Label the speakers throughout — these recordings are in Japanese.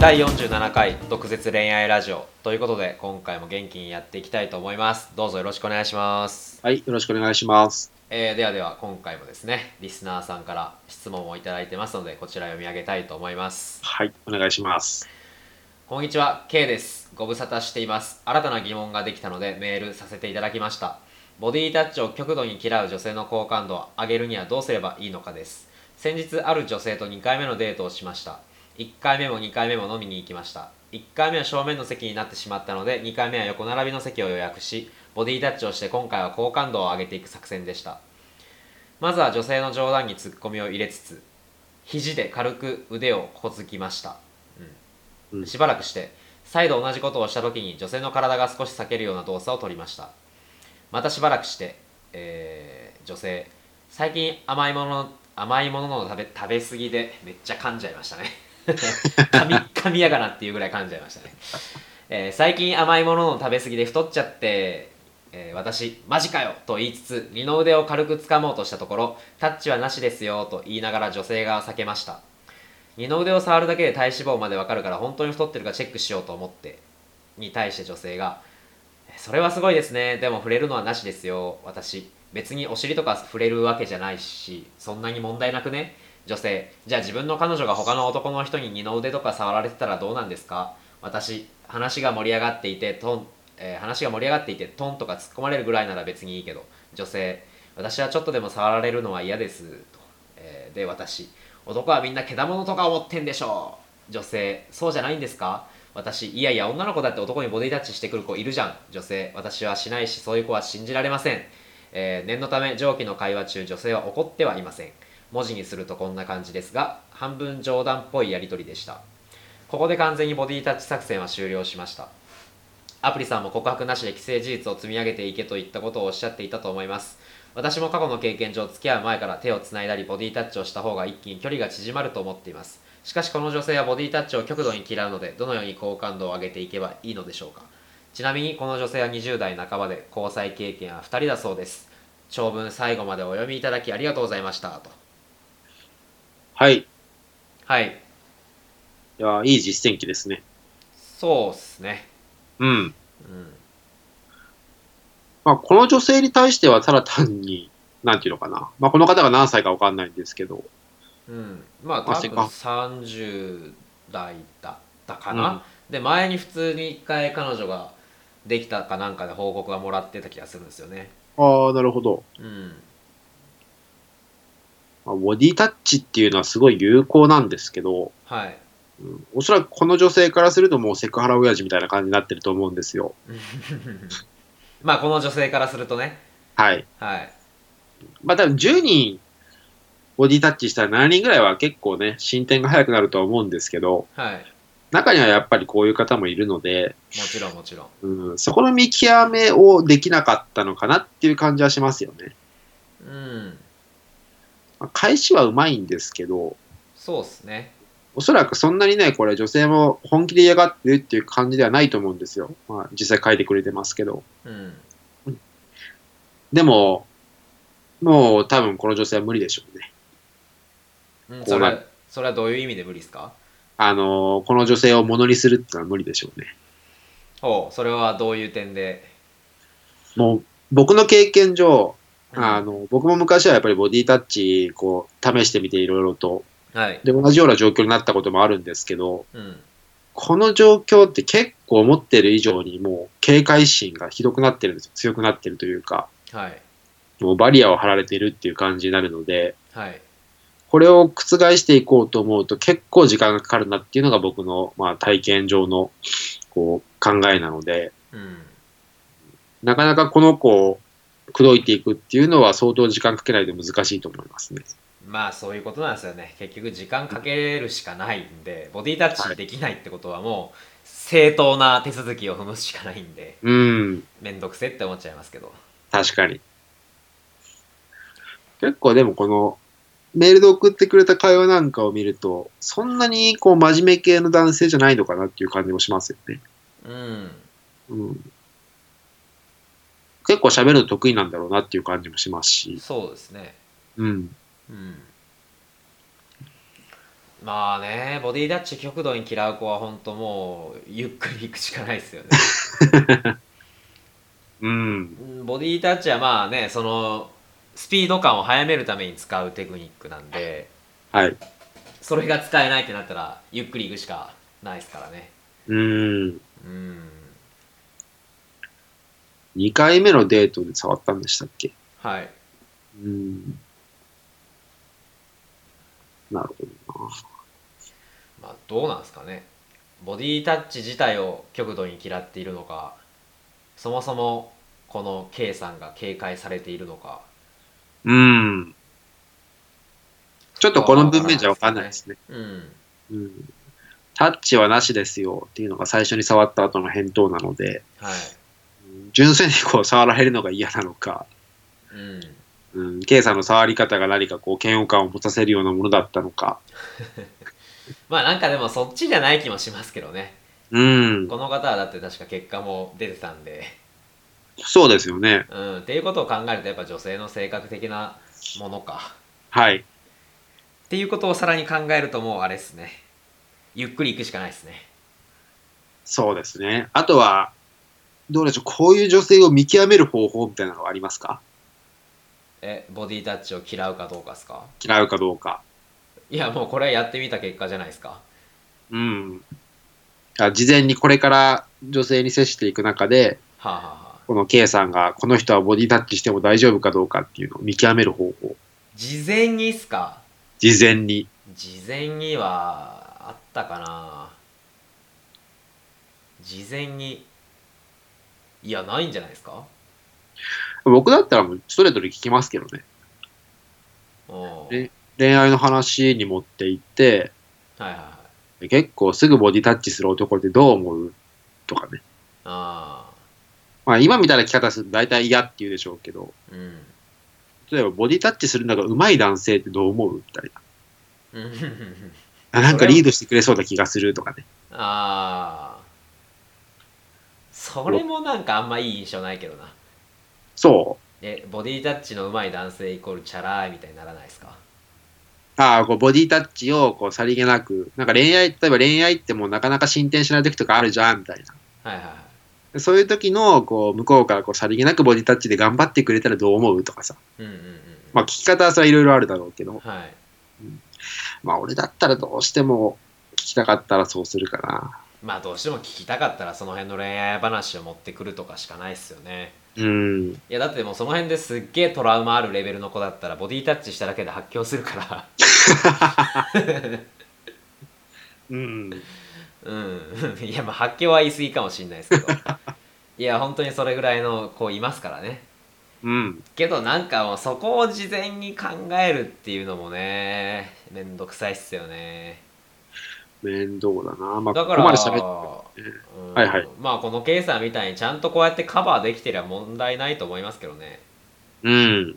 Speaker 1: 第47回毒舌恋愛ラジオということで今回も元気にやっていきたいと思いますどうぞよろしくお願いします、
Speaker 2: はい、よろしくお願いします。
Speaker 1: えーではでは今回もですねリスナーさんから質問をいただいてますのでこちら読み上げたいと思います
Speaker 2: はい、お願いします。
Speaker 1: こんにちは K ですご無沙汰しています新たな疑問ができたのでメールさせていただきましたボディタッチを極度に嫌う女性の好感度を上げるにはどうすればいいのかです先日ある女性と2回目のデートをしました1回目も2回目も飲みに行きました1回目は正面の席になってしまったので2回目は横並びの席を予約しボディタッチをして今回は好感度を上げていく作戦でしたまずは女性の冗談にツッコミを入れつつ肘で軽く腕をこづきました、うん
Speaker 2: うん
Speaker 1: しばらくして再度同じことをした時に女性の体が少し裂けるような動作をとりましたまたしばらくして、えー女性最近甘いもの甘いものの食べ食べ過ぎでめっちゃ噛んじゃいましたね 噛み噛みやがなっていうぐらい噛んじゃいましたね、えー最近甘いものの食べ過ぎで太っちゃって、えー私マジかよと言いつつ二の腕を軽く掴もうとしたところタッチはなしですよと言いながら女性が避けました二の腕を触るだけで体脂肪までわかるから本当に太ってるかチェックしようと思ってに対して女性がそれはすごいですねでも触れるのはなしですよ私別にお尻とか触れるわけじゃないしそんなに問題なくね女性じゃあ自分の彼女が他の男の人に二の腕とか触られてたらどうなんですか私話が盛り上がっていてトン、えー話が盛り上がっていてトンとか突っ込まれるぐらいなら別にいいけど女性私はちょっとでも触られるのは嫌ですと、えーで私男はみんなけだものとか思ってんでしょう女性そうじゃないんですか私いやいや女の子だって男にボディタッチしてくる子いるじゃん女性私はしないしそういう子は信じられません、えー念のため上記の会話中女性は怒ってはいません文字にするとこんな感じですが半分冗談っぽいやり取りでしたここで完全にボディタッチ作戦は終了しましたアプリさんも告白なしで既成事実を積み上げていけといったことをおっしゃっていたと思います私も過去の経験上付き合う前から手をつないだりボディタッチをした方が一気に距離が縮まると思っていますしかしこの女性はボディタッチを極度に嫌うのでどのように好感度を上げていけばいいのでしょうかちなみにこの女性は20代半ばで交際経験は2人だそうです長文最後までお読みいただきありがとうございましたと
Speaker 2: はい、い
Speaker 1: はい
Speaker 2: やー、いい実践機ですね。
Speaker 1: そうっすね
Speaker 2: うん。
Speaker 1: うん
Speaker 2: まあ、この女性に対しては、ただ単に、なんていうのかな。まあ、この方が何歳かわかんないんですけど、
Speaker 1: うん、まあ
Speaker 2: まあ
Speaker 1: 多
Speaker 2: せっ
Speaker 1: 分
Speaker 2: か
Speaker 1: 30代だったかな、で前に普通に1回彼女ができたかなんかで報告はもらってた気がするんですよね
Speaker 2: ああ、なるほど。
Speaker 1: うん
Speaker 2: まあ、ボディタッチっていうのはすごい有効なんですけど、
Speaker 1: はい
Speaker 2: うんおそらくこの女性からするともうセクハラ親父みたいな感じになってると思うんですよ。
Speaker 1: まあこの女性からするとね
Speaker 2: はい。
Speaker 1: はい
Speaker 2: まあ、多分10人、ボディタッチしたら7人ぐらいは結構ね、進展が早くなるとは思うんですけど、
Speaker 1: はい
Speaker 2: 中にはやっぱりこういう方もいるので、
Speaker 1: もちろんもちろん
Speaker 2: うん、そこの見極めをできなかったのかなっていう感じはしますよね。
Speaker 1: うん
Speaker 2: まあ返しはうまいんですけど、
Speaker 1: そうっすね
Speaker 2: おそらくそんなにね、これ女性も本気で嫌がってるっていう感じではないと思うんですよ。まあ、実際書いてくれてますけど。
Speaker 1: うん
Speaker 2: でも、もう多分この女性は無理でしょうね。
Speaker 1: うんそれはそれはどういう意味で無理っすか
Speaker 2: あのーこの女性をものにするってのは無理でしょうね。
Speaker 1: ほうそれはどういう点で
Speaker 2: もう、僕の経験上、
Speaker 1: うん
Speaker 2: あの、僕も昔はやっぱりボディタッチ、こう、試してみていろいろと、
Speaker 1: はい
Speaker 2: で、同じような状況になったこともあるんですけど、
Speaker 1: うん
Speaker 2: この状況って結構思ってる以上にもう警戒心がひどくなってるんですよ。強くなってるというか、
Speaker 1: はい
Speaker 2: もうバリアを張られてるっていう感じになるので、
Speaker 1: はい
Speaker 2: これを覆していこうと思うと結構時間がかかるなっていうのが僕の、まあ、体験上のこう考えなので、
Speaker 1: うん
Speaker 2: なかなかこの子を口説いていくっていうのは相当時間かけないと難しいと思いますね。
Speaker 1: まあそういうことなんですよね結局時間かけるしかないんでボディタッチできないってことはもう正当な手続きを踏むしかないんで
Speaker 2: うん、
Speaker 1: めんどくせって思っちゃいますけど
Speaker 2: 確かに。結構でもこのメールで送ってくれた会話なんかを見ると、そんなにこう真面目系の男性じゃないのかなっていう感じもしますよね。
Speaker 1: うん
Speaker 2: うん、結構喋るの得意なんだろうなっていう感じもしますし。
Speaker 1: そうですね
Speaker 2: うん。
Speaker 1: うんまあねボディタッチ極度に嫌う子は本当もうゆっくり行くしかないですよね
Speaker 2: うん。
Speaker 1: うんボディタッチはまあねそのスピード感を速めるために使うテクニックなんで
Speaker 2: はい。
Speaker 1: それが使えないってなったらゆっくり行くしかないですからね
Speaker 2: うん。
Speaker 1: うん
Speaker 2: 2回目のデートで触ったんでしたっけ
Speaker 1: はい
Speaker 2: うん。なるほどな。
Speaker 1: まあどうなんですかねボディタッチ自体を極度に嫌っているのかそもそもこの K さんが警戒されているのか
Speaker 2: うん。ちょっとこの文面じゃわかんないですね。
Speaker 1: うん
Speaker 2: うん。タッチはなしですよっていうのが最初に触った後の返答なので、
Speaker 1: はい
Speaker 2: うん純粋にこう触られるのが嫌なのか、
Speaker 1: うん
Speaker 2: うん、K さんの触り方が何かこう嫌悪感を持たせるようなものだったのか、
Speaker 1: まあなんかでもそっちじゃない気もしますけどね
Speaker 2: うん、
Speaker 1: この方はだって確か結果も出てたんで
Speaker 2: そうですよね。
Speaker 1: うんっていうことを考えるとやっぱ女性の性格的なものか
Speaker 2: はい。
Speaker 1: っていうことをさらに考えるともうあれですねゆっくり行くしかないですね
Speaker 2: そうですね。あとは、どうでしょう、こういう女性を見極める方法みたいなのはありますか
Speaker 1: えボディタッチを嫌うかどうかですか
Speaker 2: 嫌うかどうか。
Speaker 1: いやもうこれやってみた結果じゃないですか
Speaker 2: うん。あ事前にこれから女性に接していく中で、
Speaker 1: はあ、はあはあ、
Speaker 2: この K さんが、この人はボディタッチしても大丈夫かどうかっていうのを見極める方法。
Speaker 1: 事前にっすか
Speaker 2: 事前に。
Speaker 1: 事前にはあったかな事前にいやないんじゃないですか
Speaker 2: 僕だったらもうストレートに聞きますけどね。
Speaker 1: お
Speaker 2: え恋愛の話に持っていって、
Speaker 1: はいはいはい
Speaker 2: 結構すぐボディタッチする男ってどう思うとかね。
Speaker 1: ああ
Speaker 2: まあ今みたいな聞き方すると大体嫌って言うでしょうけど、
Speaker 1: うん
Speaker 2: 例えばボディタッチするのが上手い男性ってどう思うみたい
Speaker 1: う
Speaker 2: な。
Speaker 1: んうんうんうん
Speaker 2: あなんかリードしてくれそうな気がするとかね。
Speaker 1: ああそれもなんかあんまいい印象ないけどな
Speaker 2: そ
Speaker 1: えボディタッチの上手い男性イコールチャラいみたいにならないですか
Speaker 2: う。ああ、こうボディタッチをこうさりげなく、なんか恋愛、例えば恋愛ってもうなかなか進展しない時とかあるじゃんみたいな。
Speaker 1: はいはいはい
Speaker 2: でそういう時のこう向こうからこうさりげなくボディタッチで頑張ってくれたらどう思うとかさ。
Speaker 1: うんうんうんうん
Speaker 2: まあ聞き方はそれはいろいろあるだろうけど、
Speaker 1: はい
Speaker 2: まあ俺だったらどうしても聞きたかったらそうするかな。
Speaker 1: まあどうしても聞きたかったらその辺の恋愛話を持ってくるとかしかないっすよね
Speaker 2: うん。
Speaker 1: いやだってもうその辺ですっげえトラウマあるレベルの子だったらボディタッチしただけで発狂するから
Speaker 2: うん。
Speaker 1: うん、 いやまあ発狂は言い過ぎかもしれないですけどいや本当にそれぐらいの子いますからね
Speaker 2: うん。
Speaker 1: けどなんかもうそこを事前に考えるっていうのもねめんどくさいっすよね
Speaker 2: 面倒だな。まあ、
Speaker 1: だ
Speaker 2: こ
Speaker 1: か
Speaker 2: こ
Speaker 1: ら
Speaker 2: まで喋っ
Speaker 1: うん
Speaker 2: はいはい
Speaker 1: まあこの K さんみたいにちゃんとこうやってカバーできてりゃ問題ないと思いますけどね
Speaker 2: うん。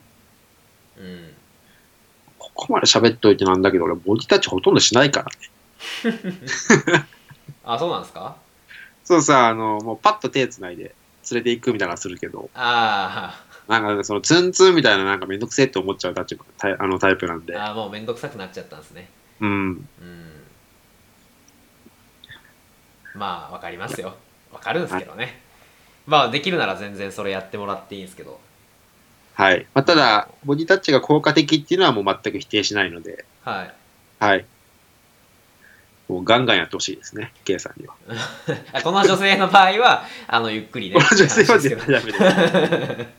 Speaker 1: うん
Speaker 2: ここまで喋っといてなんだけど、俺、ボディタッチほとんどしないからね。
Speaker 1: あそうなんですか
Speaker 2: そうさ、あの、もうパッと手繋いで連れて行くみたいなのするけど、
Speaker 1: あ
Speaker 2: なんか、そのツンツンみたいななんかめんどくせえって思っちゃうタイプタイあのタイプなん
Speaker 1: ー
Speaker 2: で。
Speaker 1: あーもうめんどくさくなっちゃったんですね
Speaker 2: うん。
Speaker 1: うんまあわかりますよわかるんですけどねまあできるなら全然それやってもらっていいんですけど
Speaker 2: はい。まあ、ただ、ボディタッチが効果的っていうのはもう全く否定しないので、
Speaker 1: はい
Speaker 2: はい。もうガンガンやってほしいですね、K さんには。
Speaker 1: あこの女性の場合はあのゆっくりね
Speaker 2: この女性は
Speaker 1: って
Speaker 2: 絶
Speaker 1: 話です
Speaker 2: 対ダメです。
Speaker 1: けど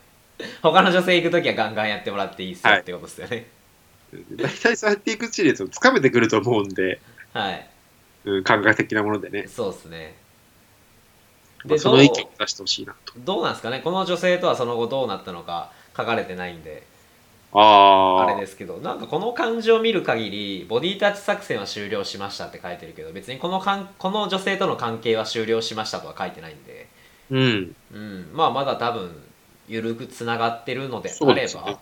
Speaker 1: 他の女性行く時はガンガンやってもらっていいっすよ
Speaker 2: はい
Speaker 1: ってことですよね
Speaker 2: 大体そうやっていくうちに、その掴めてくると思うんで、
Speaker 1: はい
Speaker 2: うん、感覚的なものでね。
Speaker 1: そうですね
Speaker 2: ま
Speaker 1: で
Speaker 2: あ、そ
Speaker 1: どう
Speaker 2: の意見を出してほしいなと。
Speaker 1: どうなんですかねこの女性とはその後どうなったのか書かれてないんで
Speaker 2: あ
Speaker 1: あ
Speaker 2: あ。
Speaker 1: れですけどなんかこの漢字を見る限りボディタッチ作戦は終了しましたって書いてるけど別にこのかんこの女性との関係は終了しましたとは書いてないんで、
Speaker 2: うん。
Speaker 1: うん、まあまだ多分緩くつながってるので
Speaker 2: そ
Speaker 1: あ
Speaker 2: う
Speaker 1: れ
Speaker 2: です
Speaker 1: ば、
Speaker 2: ね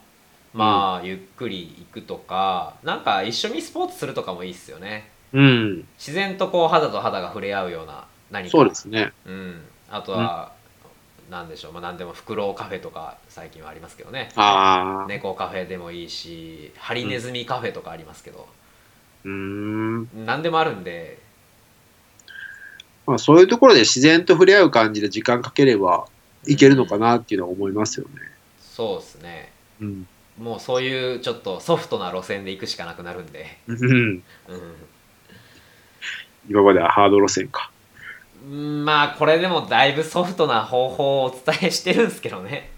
Speaker 1: まあゆっくり行くとかなんか一緒にスポーツするとかもいいっすよね
Speaker 2: うん。
Speaker 1: 自然とこう肌と肌が触れ合うような何か
Speaker 2: そうですね。
Speaker 1: うん、あとは、なんでしょう、まあ、何でもフクロウカフェとか最近はありますけどね
Speaker 2: ああ。
Speaker 1: 猫カフェでもいいしハリネズミカフェとかありますけど、
Speaker 2: うーん。
Speaker 1: 何でもあるんで
Speaker 2: まあそういうところで自然と触れ合う感じで時間かければいけるのかなっていうのは思いますよね。
Speaker 1: そうですね
Speaker 2: うん。
Speaker 1: もうそういうちょっとソフトな路線で行くしかなくなるんで
Speaker 2: うん。
Speaker 1: う
Speaker 2: 今まではハード路線か。
Speaker 1: んまあこれでもだいぶソフトな方法をお伝えしてるんですけどね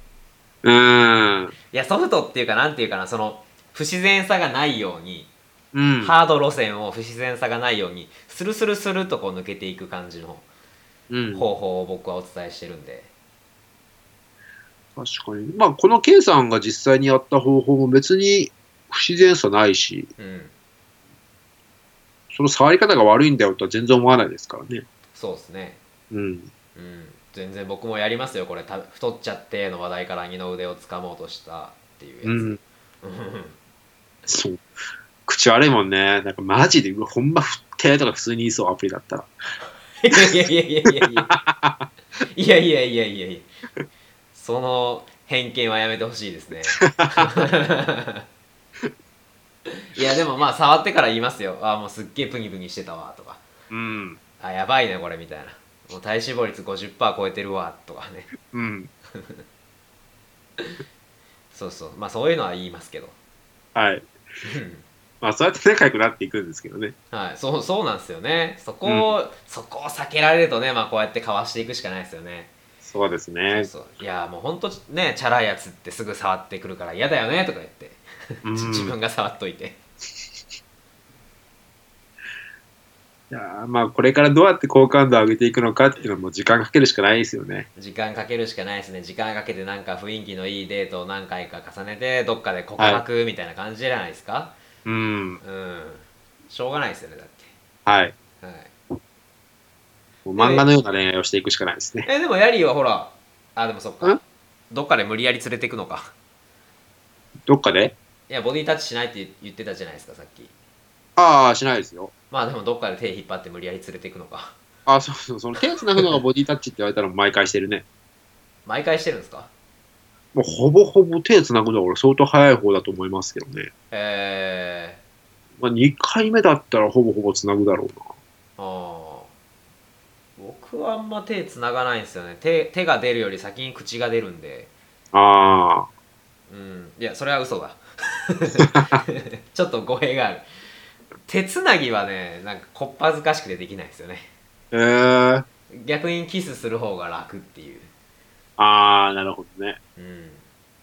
Speaker 2: うーん。
Speaker 1: いやソフトっていうかなんていうかなその不自然さがないように、
Speaker 2: うん。
Speaker 1: ハード路線を不自然さがないようにスルスルスルとこう抜けていく感じの
Speaker 2: うん、
Speaker 1: 方法を僕はお伝えしてるんで、
Speaker 2: 確かに。まあ、この K さんが実際にやった方法も別に不自然さないし、
Speaker 1: うん、
Speaker 2: その触り方が悪いんだよとは全然思わないですからね。
Speaker 1: そうですね
Speaker 2: うん。
Speaker 1: うん全然僕もやりますよこれた太っちゃっての話題から二の腕をつかもうとしたっていうやつ、
Speaker 2: うん。
Speaker 1: うん
Speaker 2: そう。口悪いもんね。なんかマジで、うわほんま振ってとか普通に言いそう、アプリだったら。
Speaker 1: いやいやいやいやいやいやいやいやいやいやその偏見はやめてほしいです ねいやでもまあ触ってから言いますよあもうすっげえプニプニしてたわとか
Speaker 2: うん。
Speaker 1: あやばいねこれみたいなもう体脂肪率50%超えてるわとかね
Speaker 2: うん。
Speaker 1: そうそうまあそういうのは言いますけど
Speaker 2: はい。
Speaker 1: うん
Speaker 2: まあ、そうやって仲良くなっていくんですけどね。
Speaker 1: はい、そうそうなんですよねそこを、そこを避けられるとね、まあ、こうやってかわしていくしかないですよね
Speaker 2: そうですね。
Speaker 1: そうそういやもうほんとねチャラいやつってすぐ触ってくるから嫌だよねとか言って、
Speaker 2: うん
Speaker 1: じ自分が触っといて
Speaker 2: いやーまあ、これからどうやって好感度を上げていくのかっていうのはもう時間かけるしかないですよね。
Speaker 1: 時間かけるしかないですね時間かけてなんか雰囲気のいいデートを何回か重ねてどっかで告白みたいな感じじゃないですか、
Speaker 2: うん。
Speaker 1: うんしょうがないですよねだっ
Speaker 2: はい。
Speaker 1: て、はい、
Speaker 2: もう漫画のような恋愛をしていくしかないですね。
Speaker 1: えでもヤリーはほらあでもそっか
Speaker 2: ん
Speaker 1: どっかで無理やり連れてくのか
Speaker 2: どっかで
Speaker 1: いやボディタッチしないって言ってたじゃないですかさっき
Speaker 2: ああ、しないですよ。
Speaker 1: まあでもどっかで手引っ張って無理やり連れていくのか
Speaker 2: ああ、そうそう、その手を繋ぐのがボディタッチって言われたら毎回してるね。
Speaker 1: 毎回してるんですか
Speaker 2: もうほぼほぼ手を繋ぐのは俺相当早い方だと思いますけどね。
Speaker 1: え
Speaker 2: まあ、2回目だったらほぼほぼ繋ぐだろう
Speaker 1: ー、あー僕はあんま手つながないんですよね手手が出るより先に口が出るんで
Speaker 2: な。ああ、
Speaker 1: うんいやそれは嘘だ ちょっと語弊がある手つなぎはねなんかこっぱずかしくてできないですよね
Speaker 2: ええー。
Speaker 1: 逆にキスする方が楽っていう
Speaker 2: ああ、なるほどね。
Speaker 1: うん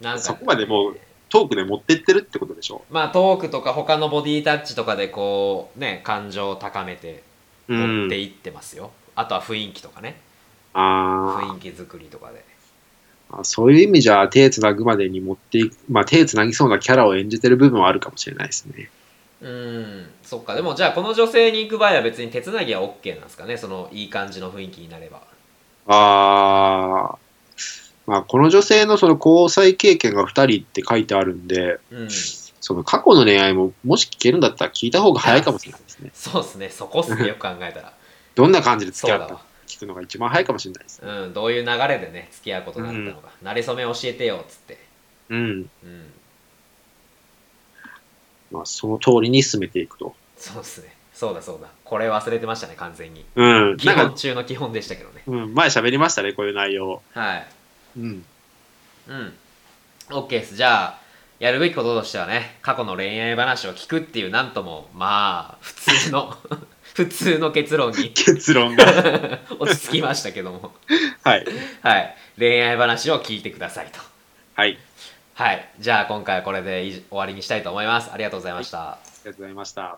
Speaker 1: なんか
Speaker 2: そこまでもうトークで持ってってるってことでしょ。
Speaker 1: まあトークとか他のボディタッチとかでこうね感情を高めて
Speaker 2: う
Speaker 1: 持って
Speaker 2: ん。
Speaker 1: いってますよ、あとは雰囲気とかね
Speaker 2: ああ。
Speaker 1: 雰囲気作りとかで
Speaker 2: あそういう意味じゃ、手つなぐまでに持っていく、まあ、手つなぎそうなキャラを演じてる部分はあるかもしれないですね。
Speaker 1: うんそっかでもじゃあこの女性に行く場合は別に手つなぎは OK なんですかねそのいい感じの雰囲気になれば
Speaker 2: ああ、まあ、この女性のその交際経験が2人って書いてあるんで、
Speaker 1: うん
Speaker 2: その過去の恋愛も、もし聞けるんだったら聞いた方が早いかもしれないですね。
Speaker 1: そうっすねそこっすねよく考えたら
Speaker 2: どんな感じで付き
Speaker 1: そ
Speaker 2: 合
Speaker 1: うだ
Speaker 2: ったの
Speaker 1: わ
Speaker 2: か聞くのが一番早いかもしれないですね。
Speaker 1: うんどういう流れでね付き合うことになったのか、馴れ初め教えてよっつって
Speaker 2: うん。
Speaker 1: うん
Speaker 2: まあ、その通りに進めていくと。
Speaker 1: そうっすねそうだそうだこれ忘れてましたね完全に
Speaker 2: うん。
Speaker 1: 基
Speaker 2: なん
Speaker 1: 本
Speaker 2: か、
Speaker 1: 中の基本でしたけどね
Speaker 2: うん、前喋りましたね、こういう内容。
Speaker 1: はい
Speaker 2: うん。
Speaker 1: うん OK ですじゃあやるべきこととしてはね過去の恋愛話を聞くっていうなんともまあ普通の 普通の結論に
Speaker 2: 結論が。
Speaker 1: 落ち着きましたけども、
Speaker 2: はい。
Speaker 1: はい、恋愛話を聞いてくださいと。
Speaker 2: はい。あり
Speaker 1: はい、じゃあ今回はこれで以上終わりにしたいと思います。ありがとうございました。
Speaker 2: がとうございました。